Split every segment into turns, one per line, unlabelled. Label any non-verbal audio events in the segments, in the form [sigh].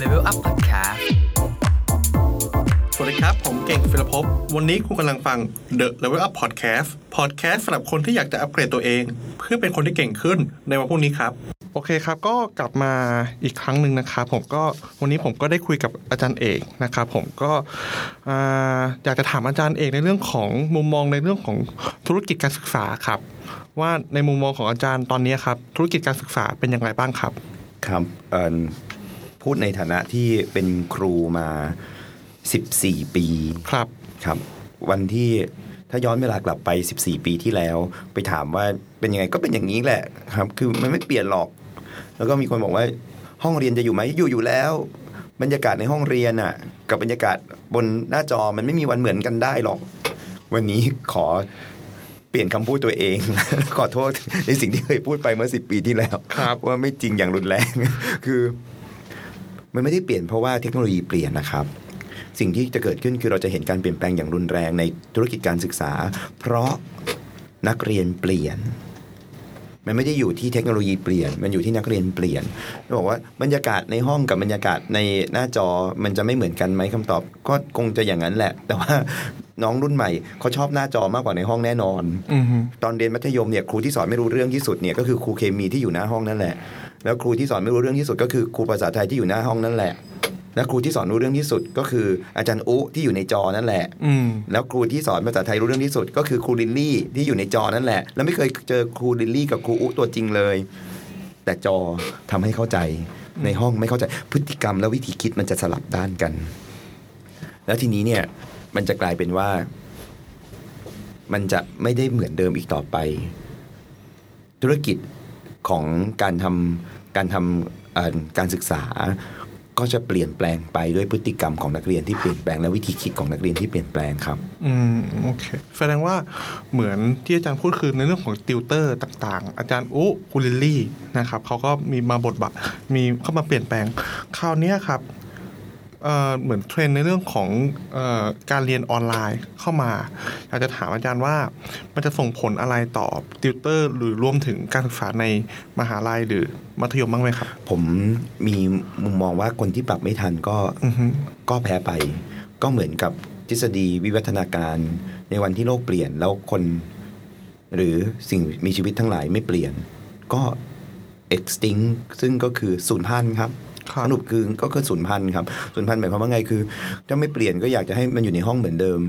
Level Up Podcast
สวัสดีครับ ผมเก่งฟิลภพวันนี้คุณกำลังฟัง The Level Up Podcast Podcast สำหรับคนที่อยากจะอัปเกรดตัวเอง เพื่อเป็นคนที่เก่งขึ้นในวันพรุ่งนี้ครับ โอเคครับ ก็กลับมาอีกครั้งหนึ่งนะครับผมก็วันนี้ผมก็ได้คุยกับอาจารย์เอกนะครับผมก็อ่าอยากจะถามอาจารย์เอกในเรื่องของมุมมองในเรื่องของธุรกิจการศึกษาครับ ว่าในมุมมองของอาจารย์ตอนนี้ครับธุรกิจการศึกษาเป็นอย่างไรบ้างครับ
ครับเอิ่มพูดในฐานะที่เป็นครูมา 14 ปี
ครับ
ครับ วันที่ถ้าย้อนเวลากลับไป 14 ปีที่แล้ว ไปถามว่าเป็นยังไงก็เป็นอย่างนี้แหละครับ คือมันไม่เปลี่ยนหรอก แล้วก็มีคนบอกว่าห้องเรียนจะอยู่ไหมอยู่อยู่แล้ว บรรยากาศในห้องเรียนอ่ะ กับบรรยากาศบนหน้าจอมันไม่มีวันเหมือนกันได้หรอก วันนี้ขอเปลี่ยนคำพูดตัวเอง [laughs] ขอโทษในสิ่งที่เคยพูดไปเมื่อสิปีที่แล้ว
ครับ
ว่าไม่จริงอย่างรุนแรง [laughs] คือมันไม่ได้เปลี่ยนเพราะว่าเทคโนโลยีเปลี่ยนนะครับ สิ่งที่จะเกิดขึ้นคือเราจะเห็นการเปลี่ยนแปลงอย่างรุนแรงในธุรกิจการศึกษา เพราะนักเรียนเปลี่ยน มันไม่ได้อยู่ที่เทคโนโลยีเปลี่ยน มันอยู่ที่นักเรียนเปลี่ยนจะบอกว่าบรรยากาศในห้องกับบรรยากาศในหน้าจอมันจะไม่เหมือนกันไหมคำตอบ ก็คงจะอย่างนั้นแหละ แต่ว่าน้องรุ่นใหม่เขาชอบหน้าจอมากกว่าในห้องแน่นอน
อือฮึ
ตอนเรียนมัธยมเนี่ยครูที่สอนไม่รู้เรื่องที่สุดเนี่ยก็คือครูเคมีที่อยู่หน้าห้องนั่นแหละ แล้วครูที่สอนไม่รู้เรื่องที่สุดก็คือครูภาษาไทยที่อยู่หน้าห้องนั่นแหละ และครูที่สอนรู้เรื่องที่สุดก็คืออาจารย์อุที่อยู่ในจอนั่นแหละ
อืม
แล้วครูที่สอนภาษาไทยรู้เรื่องที่สุด ก็คือครูลิลลี่ที่อยู่ในจอนั่นแหละ แล้วไม่เคยเจอครูลิลลี่กับครูอุตัวจริงเลย แต่จอทำให้เข้าใจในห้องไม่เข้าใจพฤติกรรมและวิธีคิดมันจะสลับด้านกัน แล้วทีนี้เนี่ยมันจะกลายเป็นว่า มันจะไม่ได้เหมือนเดิมอีกต่อไป ธุรกิจของการทำการทำเอ่อการศึกษา ก็จะเปลี่ยนแปลงไปด้วยพฤติกรรมของนักเรียนที่เปลี่ยนแปลงและวิธีคิดของนักเรียนที่เปลี่ยนแปลงครับ
อืมโอเคแสดงว่าเหมือนที่อาจารย์พูดคือในเรื่องของติวเตอร์ต่างๆ อาจารย์อุคุลิลลี่นะครับเขาก็มีมาบทบาทมีเข้ามาเปลี่ยนแปลงคราวเนี้ยครับเอ่อเหมือนเทรนด์ในเรื่องของเออการเรียนออนไลน์เข้ามาอยากจะถามอาจารย์ว่ามันจะส่งผลอะไรต่อติวเตอร์ หรือรวมถึงการศึกษาในมหาลัยหรือมัธยมบ้างไหมครับ
ผมมีมุมมองว่าคนที่ปรับไม่ทันก็
อือฮึ
ก็แพ้ไป ก็เหมือนกับทฤษฎีวิวัฒนาการ ในวันที่โลกเปลี่ยนแล้วคน หรือสิ่งมีชีวิตทั้งหลายไม่เปลี่ยน ก็ extinct ซึ่งก็คือสูญพันธุ์ครับ
ครับ
สรุปคือก็คือสูญพันธุ์ครับสูญพันธุ์หมายความว่าไงคือ ถ้าไม่เปลี่ยนก็อยากจะให้มันอยู่ในห้องเหมือนเดิม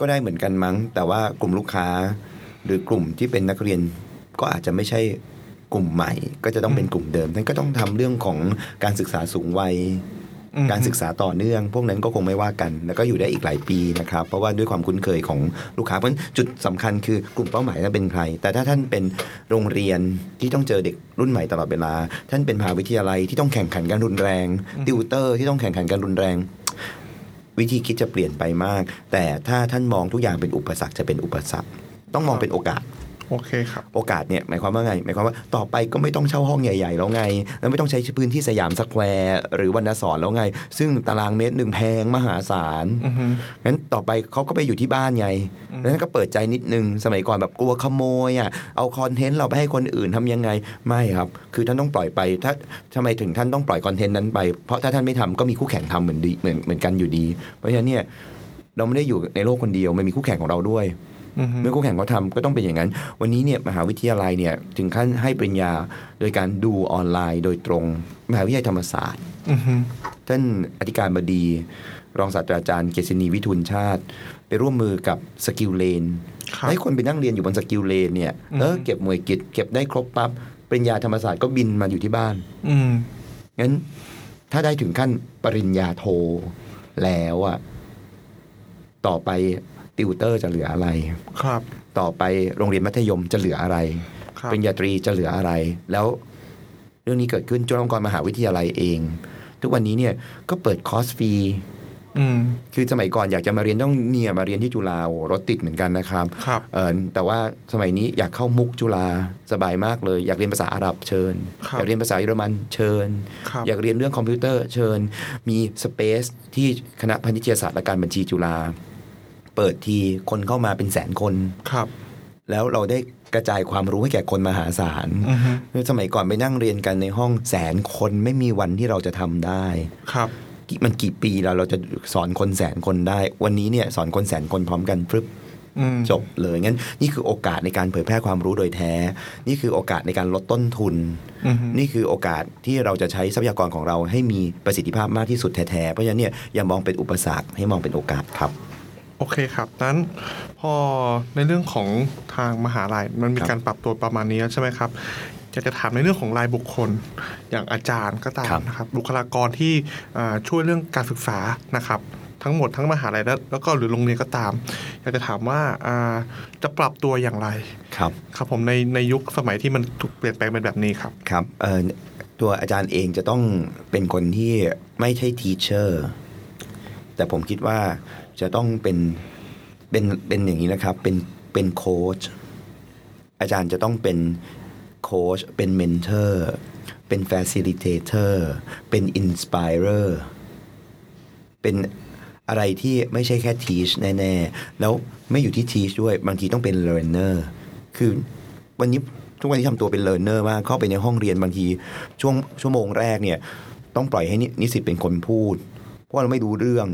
ก็ได้เหมือนกันมั้ง แต่ว่ากลุ่มลูกค้า หรือกลุ่มที่เป็นนักเรียนก็อาจจะไม่ใช่กลุ่มใหม่ ก็จะต้องเป็นกลุ่มเดิมนั้นก็ต้องทำเรื่องของการศึกษาสูงวัย
อืม
การศึกษาต่อเนื่อง พวกนั้นก็คงไม่ว่ากัน แล้วก็อยู่ได้อีกหลายปีนะครับ เพราะว่าด้วยความคุ้นเคยของลูกค้าเพราะฉะนั้นจุดสำคัญคือกลุ่มเป้าหมายนั้นเป็นใคร แต่ถ้าท่านเป็นโรงเรียนที่ต้องเจอเด็กรุ่นใหม่ตลอดเวลา ท่านเป็นมหาวิทยาลัยที่ต้องแข่งขันกันรุนแรง ติวเตอร์ที่ต้องแข่งขันกันรุนแรง วิธีคิดจะเปลี่ยนไปมาก แต่ถ้าท่านมองทุกอย่างเป็นอุปสรรคจะเป็นอุปสรรค ต้องมองเป็นโอกาส
โอเคครับ
โอกาสเนี่ยหมายความว่าไง หมายความว่าต่อไปก็ไม่ต้องเช่าห้องใหญ่ๆ แล้วไง แล้วไม่ต้องใช้พื้นที่สยามสแควร์หรือวรรณสอนแล้วไง ซึ่งตารางเมตรหนึ่งแพงมหาศาล
อือฮึ
งั้นต่อไปเขาก็ไปอยู่ที่บ้านไงนั้นก็เปิดใจนิดนึง สมัยก่อนแบบกลัวขโมยอ่ะเอาคอนเทนต์เราไปให้คนอื่นทำยังไงไม่ครับ คือท่านต้องปล่อยไปถ้าทำไมถึงท่านต้องปล่อยคอนเทนต์นั้นไป เพราะถ้าท่านไม่ทำก็มีคู่แข่งทำเหมือนดีเหมือนเหมือนกันอยู่ดี เพราะฉะนั้นเนี่ยเราไม่ได้อยู่ในโลกคนเดียวมันมีคู่แข่งของเราด้วย
อือฮึ
เมื่อคู่แข่งเขาทำก็ต้องเป็นอย่างนั้น วันนี้เนี่ยมหาวิทยาลัยเนี่ยถึงขั้นให้ปริญญาโดยการดูออนไลน์โดยตรง มหาวิทยาลัยธรรมศาสตร์
อือฮึ
ท่านอธิการบดี รองศาสตราจารย์เกษณีวิทุลชาติ ไปร่วมมือกับสกิลเลน
ครับ
ให้คนไปนั่งเรียนอยู่บนสกิลเลนเนี่ยเออ
อืม
เก็บหน่วยกิจเก็บได้ครบปั๊บปริญญาธรรมศาสตร์ก็บินมาอยู่ที่บ้าน
อืม
งั้นถ้าได้ถึงขั้นปริญญาโทแล้วอะต่อไปติวเตอร์จะเหลืออะไร
ครับ
ต่อไปโรงเรียนมัธยมจะเหลืออะไร
ครับ
ปริญญาตรีจะเหลืออะไร แล้วเรื่องนี้เกิดขึ้นจุฬาลงกรณ์มหาวิทยาลัยเอง ทุกวันนี้เนี่ยก็เปิดคอร์สฟรี
อืม
คือสมัยก่อนอยากจะมาเรียนต้องเนี่ยมาเรียนที่จุฬาโอ้รถติดเหมือนกันนะครับ
ครับ
เออแต่ว่าสมัยนี้อยากเข้ามุกจุฬาสบายมากเลย อยากเรียนภาษาอาหรับเชิญ
ครับ
อยากเรียนภาษาเยอรมันเชิญ
ครับ
อยากเรียนเรื่องคอมพิวเตอร์เชิญ มีสเปซที่คณะพาณิชยศาสตร์และการบัญชีจุฬาเปิดทีคนเข้ามาเป็นแสนคน
ครับ
แล้วเราได้ กระจายความรู้ให้แก่คนมหาศาล
อือฮึ
สมัยก่อนไปนั่งเรียนกันในห้องแสนคนไม่มีวันที่เราจะทำได้
ครับ
มันกี่ปีแล้วเราจะสอนคนแสนคนได้ วันนี้เนี่ยสอนคนแสนคนพร้อมกันพรึบ
อืม
จบเลยงั้นนี่คือโอกาสในการเผยแพร่ความรู้โดยแท้ นี่คือโอกาสในการลดต้นทุน
อือฮึ
นี่คือโอกาสที่เราจะใช้ทรัพยากรของเราให้มีประสิทธิภาพมากที่สุดแท้ๆเพราะฉะนั้นเนี่ยอย่ามองเป็นอุปสรรคให้มองเป็นโอกาสครับ
โอเคครับนั้นพอในเรื่องของทางมหาลัยมันมี
ครับ
การปรับตัวประมาณนี้แล้วใช่ไหมครับอยากจะถามในเรื่องของรายบุคคล อย่างอาจารย์ก็ตาม
ครับ
นะครับบุคลากรที่อ่าช่วยเรื่องการศึกษานะครับ ทั้งหมดทั้งมหาลัยแล้วแล้วก็หรือโรงเรียนก็ตาม อยากจะถามว่าอ่าจะปรับตัวอย่างไร
ครับ
ครับผมในในยุคสมัยที่มันถูกเปลี่ยนแปลงเป็นแบบนี้ครับ
ครับเอ่อตัวอาจารย์เองจะต้องเป็นคนที่ไม่ใช่ทีเชอร์แต่ผมคิดว่าจะต้องเป็นเป็นเป็นอย่างนี้นะครับเป็นเป็นโค้ชอาจารย์จะต้องเป็นโค้ชเป็นเมนเทอร์เป็นแฟซิลิเตเตอร์เป็นอินสป r เรอร์ เป็นอะไรที่ไม่ใช่แค่ teach แน่ ๆ แล้วไม่อยู่ที่ teach ด้วย บางทีต้องเป็น learner คือวันนี้ทุกวันนี้ทำตัวเป็น learner มาก เข้าไปในห้องเรียนบางทีช่วงชั่วโมงแรกเนี่ย ต้องปล่อยให้นินิสิตเป็นคนพูด เพราะเราไม่รู้เรื่อง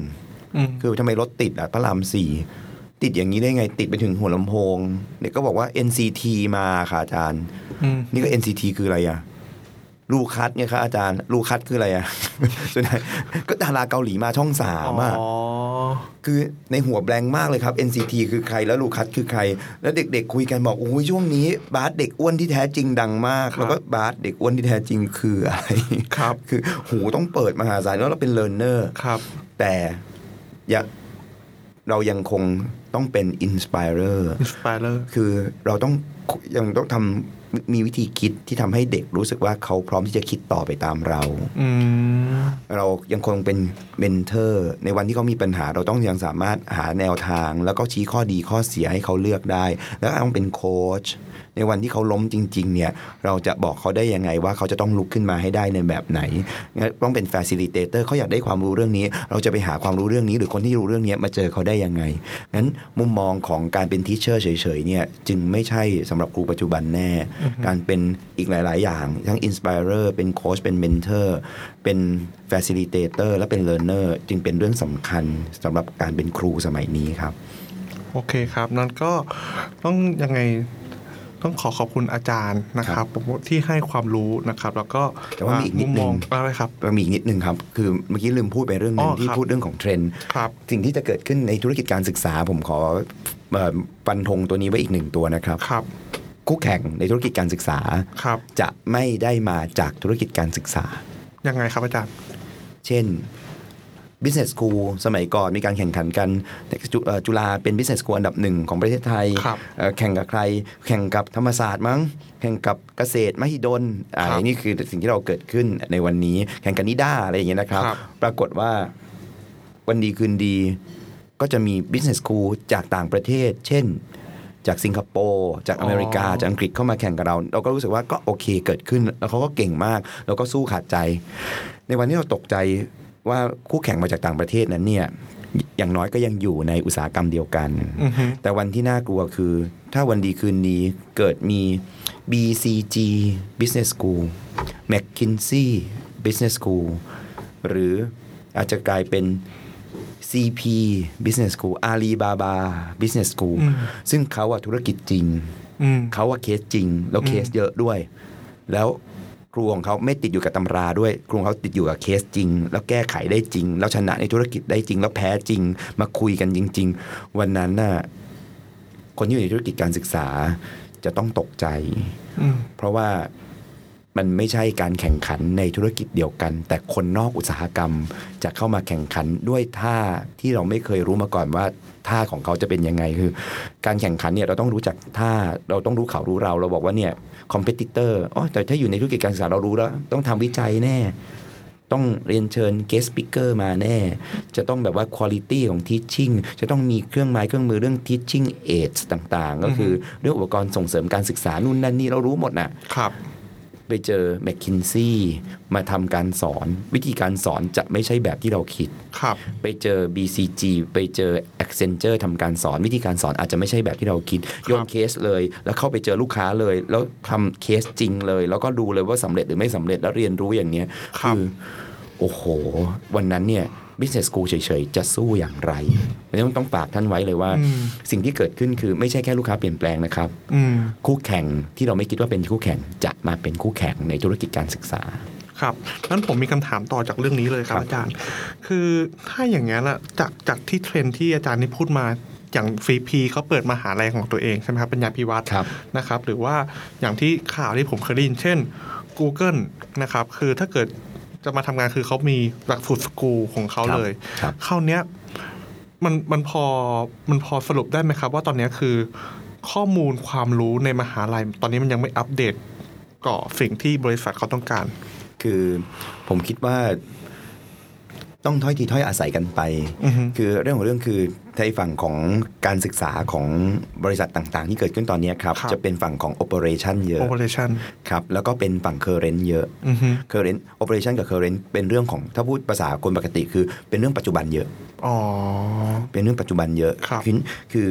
อืม
คือทำไมรถติดอ่ะพระรามสี่ติดอย่างนี้ได้ไงติดไปถึงหัวลำโพงเด็กก็บอกว่า NCT มาค่ะอาจารย์
อืม
นี่ก็ NCT คืออะไรอะลูคัสไงครับอาจารย์ ลูคัสคืออะไรอะ [laughs] ส่วนใหญ่ก็ดาราเกาหลีมาช่องสามอะ
อ๋อ
คือในหัวแบงค์มากเลยครับ NCT คือใครแล้วลูคัสคือใคร แล้วเด็กๆคุยกันบอกโอ้ยช่วงนี้ บาสเด็กอ้วนที่แท้จริงดังมาก แล้วก็บาสเด็กอ้วนที่แท้จริงคืออะไร [laughs]
ครับ
คือหูต้องเปิดมหาศาลแล้วเราเป็นเล a ร์เนอร์
ครับ
แต่อย่าเรายังคงต้องเป็นอินสป r เ r อร์
อินสปายเลอร์
คือเราต้องยังต้องทำมีวิธีคิดที่ทำให้เด็กรู้สึกว่าเขาพร้อมที่จะคิดต่อไปตามเรา
อืม
เรายังคงเป็นเมนเทอร์ ในวันที่เขามีปัญหา เราต้องยังสามารถหาแนวทาง แล้วก็ชี้ข้อดีข้อเสียให้เขาเลือกได้ แล้วก็ต้องเป็นโค้ชในวันที่เขาล้มจริง ๆ เนี่ย เราจะบอกเขาได้ยังไงว่าเขาจะต้องลุกขึ้นมาให้ได้ในแบบไหนงั้นต้องเป็น f a c i l i t a t o r เขาอยากได้ความรู้เรื่องนี้ เราจะไปหาความรู้เรื่องนี้ หรือคนที่รู้เรื่องนี้มาเจอเขาได้ยังไงงั้นมุมมองของการเป็นทิเชอร์เฉยๆเนี่ยจึงไม่ใช่สำหรับครูปัจจุบันแน่ การเป็นอีกหลาย ๆ อย่าง ทั้งอินสป r เ r อร์เป็นโค้ชเป็นเมนเทอร์ เป็น f a c i l i t a t o r และเป็น Learner จึงเป็นเรื่องสำคัญสำหรับการเป็นครูสมัยนี้ครับ
โอเคครับ นั้นก็ต้องยังไงต้องขอขอบคุณอาจารย์นะครับผมที่ให้ความรู้นะครับ แล้วก็
แต่ว่ามีอีกนิด
มุ
นึง
มมองอะไรครับ
มีอีกนิดนึงครับ คือเมื่อกี้ลืมพูดไปเรื่องหนึ
อ๋
ง
อ
ที่
ครับ
พูดเรื่องของเทรนด์
ครับ
สิ่งที่จะเกิดขึ้นในธุรกิจการศึกษา ผมขอเอ่อฟันธงตัวนี้ไว้อีกหนึ่งตัวนะครับ
ครับ
คู่แข่งในธุรกิจการศึกษา
ครับ
จะไม่ได้มาจากธุรกิจการศึกษา
ยังไงครับอาจารย์
เช่น Business School สมัยก่อนมีการแข่งขันกันจุเอ่อจุฬาเป็น Business School อันดับหนึ่งของประเทศไทย
ครับ
เอ่อแข่งกับใคร แข่งกับธรรมศาสตร์มั้ง แข่งกับเกษตรมหิดลอ่า
ครับ
นี่คือสิ่งที่เราเกิดขึ้นในวันนี้ แข่งกันนิด้าอะไรอย่างเงี้ยนะครับ
ครับ
ปรากฏว่าวันดีคืนดี ก็จะมี Business School จากต่างประเทศ เช่น จากสิงคโปร์จากอเมริกา
อ๋อ
จากอังกฤษเข้ามาแข่งกับเรา เราก็รู้สึกว่าก็โอเคเกิดขึ้น แล้วเขาก็เก่งมาก แล้วก็สู้ขาดใจ ในวันที่เราตกใจว่าคู่แข่งมาจากต่างประเทศนั้นเนี่ยอย่างน้อยก็ยังอยู่ในอุตสาหกรรมเดียวกัน
อือฮึ
แต่วันที่น่ากลัวคือ ถ้าวันดีคืนดีเกิดมี BCG Business School McKinsey Business School หรืออาจจะกลายเป็น CP Business School Alibaba Business School ซึ่งเขาอะธุรกิจจริง
อืม
เขาว่าเคสจริง แล้ว
อืม
เคสเยอะด้วย แล้วครูของเขาไม่ติดอยู่กับตำราด้วย ครูของเขาติดอยู่กับเคสจริง แล้วแก้ไขได้จริง แล้วชนะในธุรกิจได้จริง แล้วแพ้จริง มาคุยกันจริง ๆ วันนั้นน่ะคนที่อยู่ในธุรกิจการศึกษาจะต้องตกใจ
อืม
เพราะว่ามันไม่ใช่การแข่งขันในธุรกิจเดียวกัน แต่คนนอกอุตสาหกรรมจะเข้ามาแข่งขันด้วยท่าที่เราไม่เคยรู้มาก่อนว่าท่าของเขาจะเป็นยังไงคือ การแข่งขันเนี่ยเราต้องรู้จักท่าเราต้องรู้เขารู้เราเราบอกว่าเนี่ยคอมเพติเตอร์อ๋อแต่ถ้าอยู่ในธุรกิจการศึกษาเรารู้แล้ว ต้องทำวิจัยแน่ ต้องเรียนเชิญเกสปิเกอร์มาแน่ จะต้องแบบว่าคุณ i t y ของทิชชิ่งจะต้องมีเครื่องไม้เครื่องมือเรื่องทิชชิ่งเอ s ต่างๆ ก็คือเรื่องอุปกรณ์ส่งเสริมการศึกษานู่นนั่นนี่เรารู้หมดน่ะ
ครับ
ไปเจอแมคคินซี่มาทำการสอน วิธีการสอนจะไม่ใช่แบบที่เราคิด
ครับ
ไปเจอ BCG ไปเจอ Accenture ทำการสอนวิธีการสอนอาจจะไม่ใช่แบบที่เราคิดโยนเคสเลย แล้วเข้าไปเจอลูกค้าเลย แล้วทำเคสจริงเลย แล้วก็ดูเลยว่าสำเร็จหรือไม่สำเร็จแล้วเรียนรู้อย่างเนี้ย
ครับ
โอ้โห วันนั้นเนี่ย Business School เฉยๆ จะสู้อย่างไรต้องต้องฝากท่านไว้เลยว่า สิ่งที่เกิดขึ้นคือไม่ใช่แค่ลูกค้าเปลี่ยนแปลงนะครับ
อืม
คู่แข่งที่เราไม่คิดว่าเป็นคู่แข่งจะมาเป็นคู่แข่งในธุรกิจการศึกษา
ครับงั้นผมมีคำถามต่อจากเรื่องนี้เลยครับ
ครับ
อาจารย์ คือถ้าอย่างนั้นละจากจากที่เทรนด์ที่อาจารย์นี่พูดมาอย่างฟรีพีเขาเปิดมหาลัยของตัวเองใช่ไหมครับปัญญาพิวัตร
ครับ
นะครับหรือว่าอย่างที่ข่าวที่ผมเคยได้ยินเช่น Google นะครับคือถ้าเกิดจะมาทำงานคือเขามีหลักสูตรสกูลของเขาเลย
ครับ
เข้าวเนี้ยมันมันพอมันพอสรุปได้ไหมครับ ว่าตอนเนี้ยคือข้อมูลความรู้ในมหาลัย ตอนนี้มันยังไม่อัปเดตก่อสิ่งที่บริษัทเขาต้องการ
คือผมคิดว่าต้องถ้อยทีถ้อยอาศัยกันไป
อือฮึ
คือเรื่องของเรื่องคือในฝั่งของการศึกษาของบริษัทต่างๆ ที่เกิดขึ้นตอนเนี้ยครับ
ครับ
จะเป็นฝั่งของ operation เยอะ
operation
ครับ แล้วก็เป็นฝั่ง current เยอะ
อือฮึ
current operation กับ current เป็นเรื่องของถ้าพูดภาษาคนปกติคือเป็นเรื่องปัจจุบันเยอะ
อ๋อ
เป็นเรื่องปัจจุบันเยอะ
ครับ
อคือ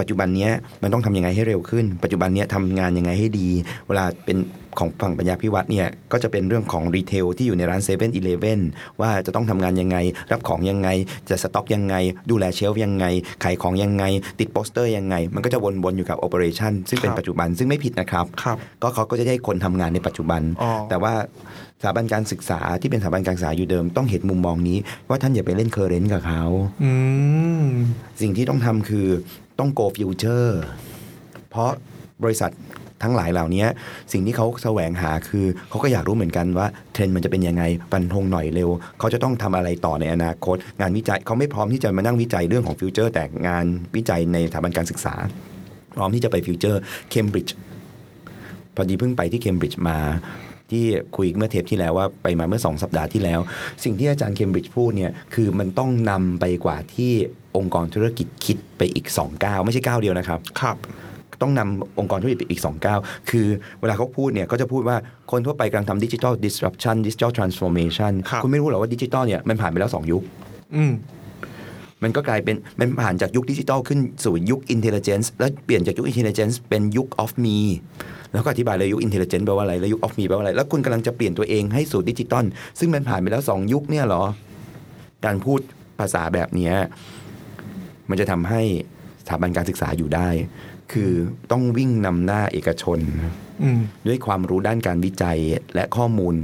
ปัจจุบันเนี้ยมันต้องทำยังไงให้เร็วขึ้น ปัจจุบันเนี้ยทำงานยังไงให้ดี เวลาเป็นของฝั่งปัญญาพิวัตรเนี่ย ก็จะเป็นเรื่องของรีเทลที่อยู่ในร้าน7 e เ e ่ e อีเลว่าจะต้องทำงานยังไง รับของยังไง จะสต็อกยังไง ดูแลเชลฟ์ยังไง ขายของยังไง ติดโปสเตอร์ยังไง มันก็จะวนๆอยู่กับโอเปอเรชั่นซึ่งเป็น
ครับ
ปัจจุบันซึ่งไม่ผิดนะครับ
ครับ
ก็เขาก็จะได้คนทำงานในปัจจุบัน
อ๋อ
แต่ว่าสถาบันการศึกษาที่เป็นสถาบันการศึกษาอยู่เดิมต้องเห็นมุมมองนี้ ว่าท่านอย่าไปเล่นเคอร์เรนต์กับเขา
อืม
สิ่งที่ต้องทำคือต้อง go future เพราะบริษัททั้งหลายเหล่านี้สิ่งที่เขาแสวงหาคือเขาก็อยากรู้เหมือนกันว่าเทรนด์มันจะเป็นยังไงบันทงหน่อยเร็ว เขาจะต้องทำอะไรต่อในอนาคต งานวิจัยเขาไม่พร้อมที่จะมานั่งวิจัยเรื่องของฟิวเจอร์ แต่งานวิจัยในสถาบันการศึกษา พร้อมที่จะไปฟิวเจอร์เคมบริดจ์พอดีเพิ่งไปที่เคมบริดจ์มา ที่คุยเมื่อเทปที่แล้วว่าไปมาเมื่อ 2 สัปดาห์ที่แล้ว สิ่งที่อาจารย์เคมบริดจ์พูดเนี่ยคือมันต้องนำไปกว่าที่องค์กรธุรกิจคิดไปอีก2ก้าวไม่ใช่ก้าวเดียวนะครับ
ครับ
ต้องนำองค์กรธุรกิจไปอีก 2 ก้าว คือเวลาเขาพูดเนี่ยก็จะพูดว่าคนทั่วไปกำลังทำดิจิทัลดิสรัปชันดิจิทัลทรานส์ฟอร์เมชัน
ครับ
คุณไม่รู้หรอกว่าดิจิทัลเนี่ยมันผ่านไปแล้ว 2 ยุค
อืม
มันก็กลายเป็นมันผ่านจากยุคดิจิทัลขึ้นสู่ยุคอินเทลเจนซ์แล้วเปลี่ยนจากยุคอินเทลเจนซ์เป็นยุคออฟมีแล้วก็อธิบายเลยยุคอินเทลเจนซ์แปลว่าอะไร แล้วยุคออฟมีแปลว่าอะไร แล้วคุณกำลังจะเปลี่ยนตัวเองให้สู่ดิจิตอลซึ่งมันผ่านไปแล้ว 2 ยุคเนี่ยเหรอ การพูดภาษาแบบเนี้ยมันจะทำให้สถาบันการศึกษาอยู่ได้ คือต้องวิ่งนำหน้าเอกชน
อืม
ด้วยความรู้ด้านการวิจัยและข้อมูล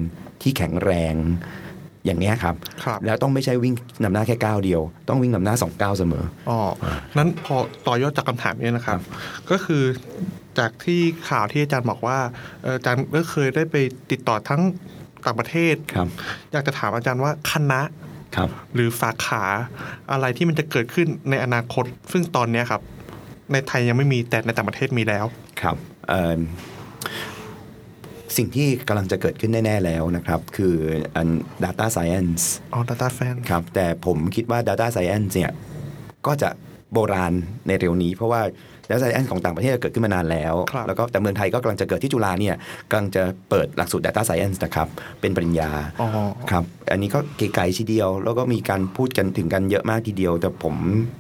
ที่แข็งแรงอย่างเนี้ยครับ
ครับ
แล้วต้องไม่ใช่วิ่งนำหน้าแค่ก้าวเดียว ต้องวิ่งนำหน้าสองก้าวเสมอ
อ๋อ นั้นพอต่อยอดจากคำถามนี้นะครับ ก็คือจากที่ข่าวที่อาจารย์บอกว่าเอ่ออาจารย์ก็เคยได้ไปติดต่อทั้งต่างประเทศ
ครับ
อยากจะถามอาจารย์ว่าคณะ
ครับ
หรือสาขาอะไรที่มันจะเกิดขึ้นในอนาคต ซึ่งตอนเนี้ยครับ ในไทยยังไม่มีแต่ในต่างประเทศมีแล้ว
ครับเอิ่มสิ่งที่กำลังจะเกิดขึ้นแน่ ๆ แล้วนะครับ คืออัน data science
อ๋อ data fan
ครับ แต่ผมคิดว่า data science เนี่ย ก็จะโบราณในเร็วนี้ เพราะว่า data science ของต่างประเทศเกิดขึ้นมานานแล้ว
ครับ
แล้วก็แต่เมืองไทยก็กำลังจะเกิดที่จุฬาเนี่ยกำลังจะเปิดหลักสูตร data science นะครับ เป็นปริญญา
อ๋อ
ครับ อันนี้ก็เก๋ไก่ทีเดียว แล้วก็มีการพูดกันถึงกันเยอะมากทีเดียว แต่ผม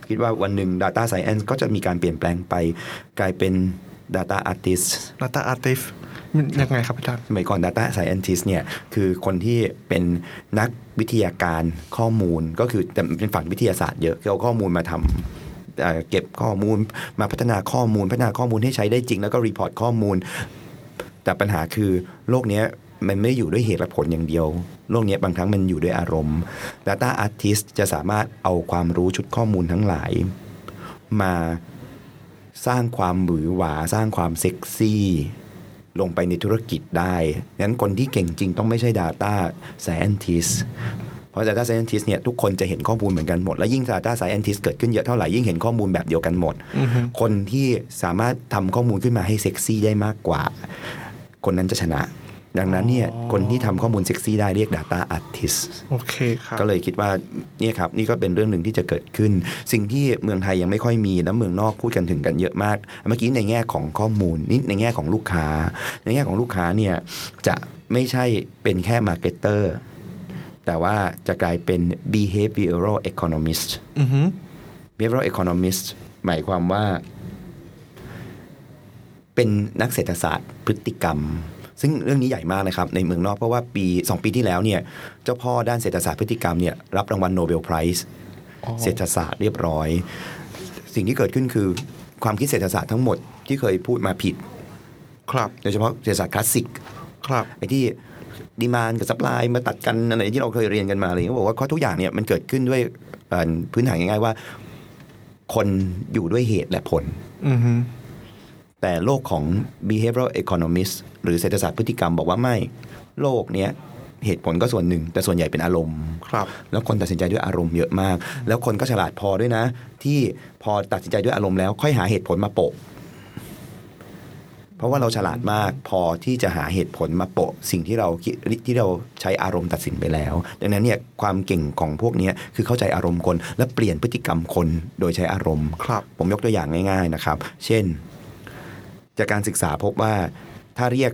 คิดว่าวันหนึ่ง Data Science ก็จะมีการเปลี่ยนแปลงไป กลายเป็น Data Artist
data artist มันยังไงครับอาจารย์
สมัยก่อน Data Scientist เนี่ย คือคนที่เป็นนักวิทยาการข้อมูลก็คือแต่เป็นฝั่งวิทยาศาสตร์เยอะคือเอาข้อมูลมาทำเอ่อเก็บข้อมูลมาพัฒนาข้อมูล พัฒนาข้อมูลให้ใช้ได้จริง แล้วก็รีพอร์ตข้อมูล แต่ปัญหาคือโลกเนี้ยมันไม่ได้อยู่ด้วยเหตุและผลอย่างเดียว โลกเนี้ยบางครั้งมันอยู่ด้วยอารมณ์ Data Artist จะสามารถเอาความรู้ชุดข้อมูลทั้งหลาย มาสร้างความหวือหวา สร้างความเซ็กซี่ ลงไปในธุรกิจได้งั้นคนที่เก่งจริงต้องไม่ใช่ Data Scientist เพราะ Data Scientist เนี่ยทุกคนจะเห็นข้อมูลเหมือนกันหมด และยิ่ง Data Scientist เกิดขึ้นเยอะเท่าไหร่ ยิ่งเห็นข้อมูลแบบเดียวกันหมด
อือฮึ
คนที่สามารถทำข้อมูลขึ้นมาให้เซ็กซี่ได้มากกว่า คนนั้นจะชนะ ดังนั้นเนี่ยคนที่ทำข้อมูลเซ็กซี่ได้เรียก Data Artist
โอเคครับ
ก็เลยคิดว่าเนี่ยครับนี่ก็เป็นเรื่องหนึ่งที่จะเกิดขึ้น สิ่งที่เมืองไทยยังไม่ค่อยมีแล้วเมืองนอกพูดกันถึงกันเยอะมาก เมื่อกี้ในแง่ของข้อมูลนิดในแง่ของลูกค้า ในแง่ของลูกค้าเนี่ยจะไม่ใช่เป็นแค่มาร์เก็ตเตอร์แต่ว่าจะกลายเป็น behavioral economist
อือฮึ
behavioral economist หมายความว่า เป็นนักเศรษฐศาสตร์พฤติกรรม ซึ่งเรื่องนี้ใหญ่มากนะครับ ในเมืองนอกเพราะว่าปี 2 ปีที่แล้วเนี่ยเจ้าพ่อด้านเศรษฐศาสตร์พฤติกรรมเนี่ยรับรางวัลโนเบลไพรส์
อ๋อ
เศรษฐศาสตร์เรียบร้อย สิ่งที่เกิดขึ้นคือความคิดเศรษฐศาสตร์ทั้งหมดที่เคยพูดมาผิด
ครับ
โดยเฉพาะเศรษฐศาสตร์คลาสสิก
ครับ
ไอ้ที่ดีมานกับซัพพลายมาตัดกันอะไรที่เราเคยเรียนกันมาอะไรอย่างเงี้ยเขาบอกว่าข้อทุกอย่างเนี่ยมันเกิดขึ้นด้วยเอ่อพื้นฐานง่ายๆว่า คนอยู่ด้วยเหตุและผล
อือฮึ
แต่โลกของ behavioral economist หรือเศรษฐศาสตร์พฤติกรรมบอกว่าไม่ โลกเนี้ยเหตุผลก็ส่วนหนึ่ง แต่ส่วนใหญ่เป็นอารมณ์
ครับ
แล้วคนตัดสินใจด้วยอารมณ์เยอะมาก แล้วคนก็ฉลาดพอด้วยนะ ที่พอตัดสินใจด้วยอารมณ์แล้วค่อยหาเหตุผลมาโปะ เพราะว่าเราฉลาดมากพอที่จะหาเหตุผลมาโปะ สิ่งที่เราคิดที่เราใช้อารมณ์ตัดสินไปแล้ว ดังนั้นเนี่ยความเก่งของพวกเนี้ยคือเข้าใจอารมณ์คน และเปลี่ยนพฤติกรรมคนโดยใช้อารมณ์
ครับ
ผมยกตัวอย่างง่าย ๆนะครับ เช่น จากการศึกษาพบว่าถ้าเรียก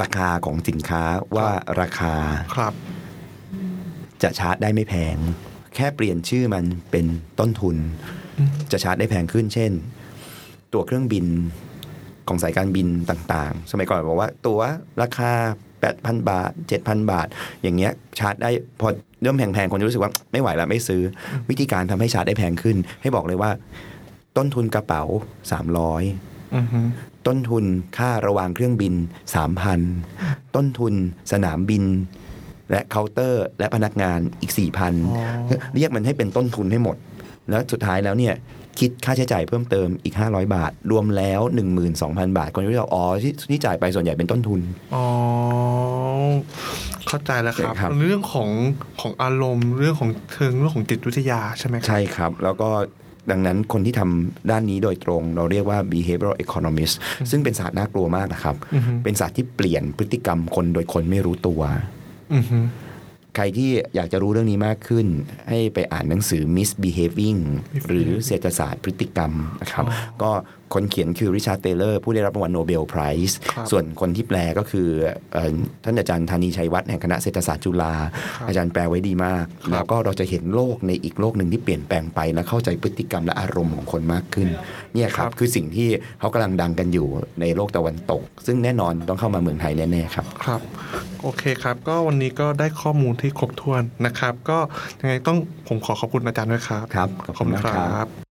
ราคาของสินค้าว่าราคา
ครับ
จะชาร์จได้ไม่แพง แค่เปลี่ยนชื่อมันเป็นต้นทุน จะชาร์จได้แพงขึ้น เช่น ตั๋วเครื่องบินของสายการบินต่างๆ สมัยก่อนบอกว่าตั๋วราคา 8,000 บาท 7,000 บาท อย่างเงี้ยชาร์จได้พอเริ่มแพงๆ คนจะรู้สึกว่าไม่ไหวแล้วไม่ซื้อ วิธีการทำให้ชาร์จได้แพงขึ้น ให้บอกเลยว่า ต้นทุนกระเป๋า 300
อือฮึ
ต้นทุนค่าระหว่างเครื่องบิน 3,000 ต้นทุนสนามบิน และเคาน์เตอร์ และพนักงานอีก
อ๋อ
4,000 เรียกมันให้เป็นต้นทุนให้หมด แล้วสุดท้ายแล้วเนี่ยคิดค่าใช้จ่ายเพิ่มเติมอีก 500 บาท รวมแล้ว 12,000 บาท คนที่เราอ๋อที่ที่จ่ายไปส่วนใหญ่เป็นต้นทุน
อ๋อเข้าใจแล้วครับ
ใช่ครับ
เรื่องของของอารมณ์เรื่องของเชิงเรื่องของจิตวิทยาใช่ไหมครับ
ใช่ครับ แล้วก็ดังนั้นคนที่ทำด้านนี้โดยตรง เราเรียกว่า behavioral economist ซึ่งเป็นศาสตร์น่ากลัวมากนะครับ
อือฮึ
เป็นศาสตร์ที่เปลี่ยนพฤติกรรมคนโดยคนไม่รู้ตัว
อือฮึ
ใครที่อยากจะรู้เรื่องนี้มากขึ้น ให้ไปอ่านหนังสือ Misbehaving หรือเศรษฐศาสตร์พฤติกรรมนะครับ ก็คนเขียนคือริชาร์ดเตเลอร์ผู้ได้รับรางวัลโนเบลไพรส์
ครับ
ส่วนคนที่แปลก็คือเอ่อท่านอาจารย์ธานีชัยวัฒน์แห่งคณะเศรษฐศาสตร์จุฬา
ครับ
อาจารย์แปลไว้ดีมาก
ครับ
แล้วก็เราจะเห็นโลกในอีกโลกหนึ่งที่เปลี่ยนแปลงไป และเข้าใจพฤติกรรมและอารมณ์ของคนมากขึ้นเนี่ยครับคือสิ่งที่เขากำลังดังกันอยู่ในโลกตะวันตก ซึ่งแน่นอนต้องเข้ามาเมืองไทยแน่ๆครับ
ครับ โอเคครับ ก็วันนี้ก็ได้ข้อมูลที่ครบถ้วนนะครับ ก็ยังไงต้องผมขอขอบคุณอาจารย์ด้วยครับ
ครับขอบคุณมากครับ
ครับ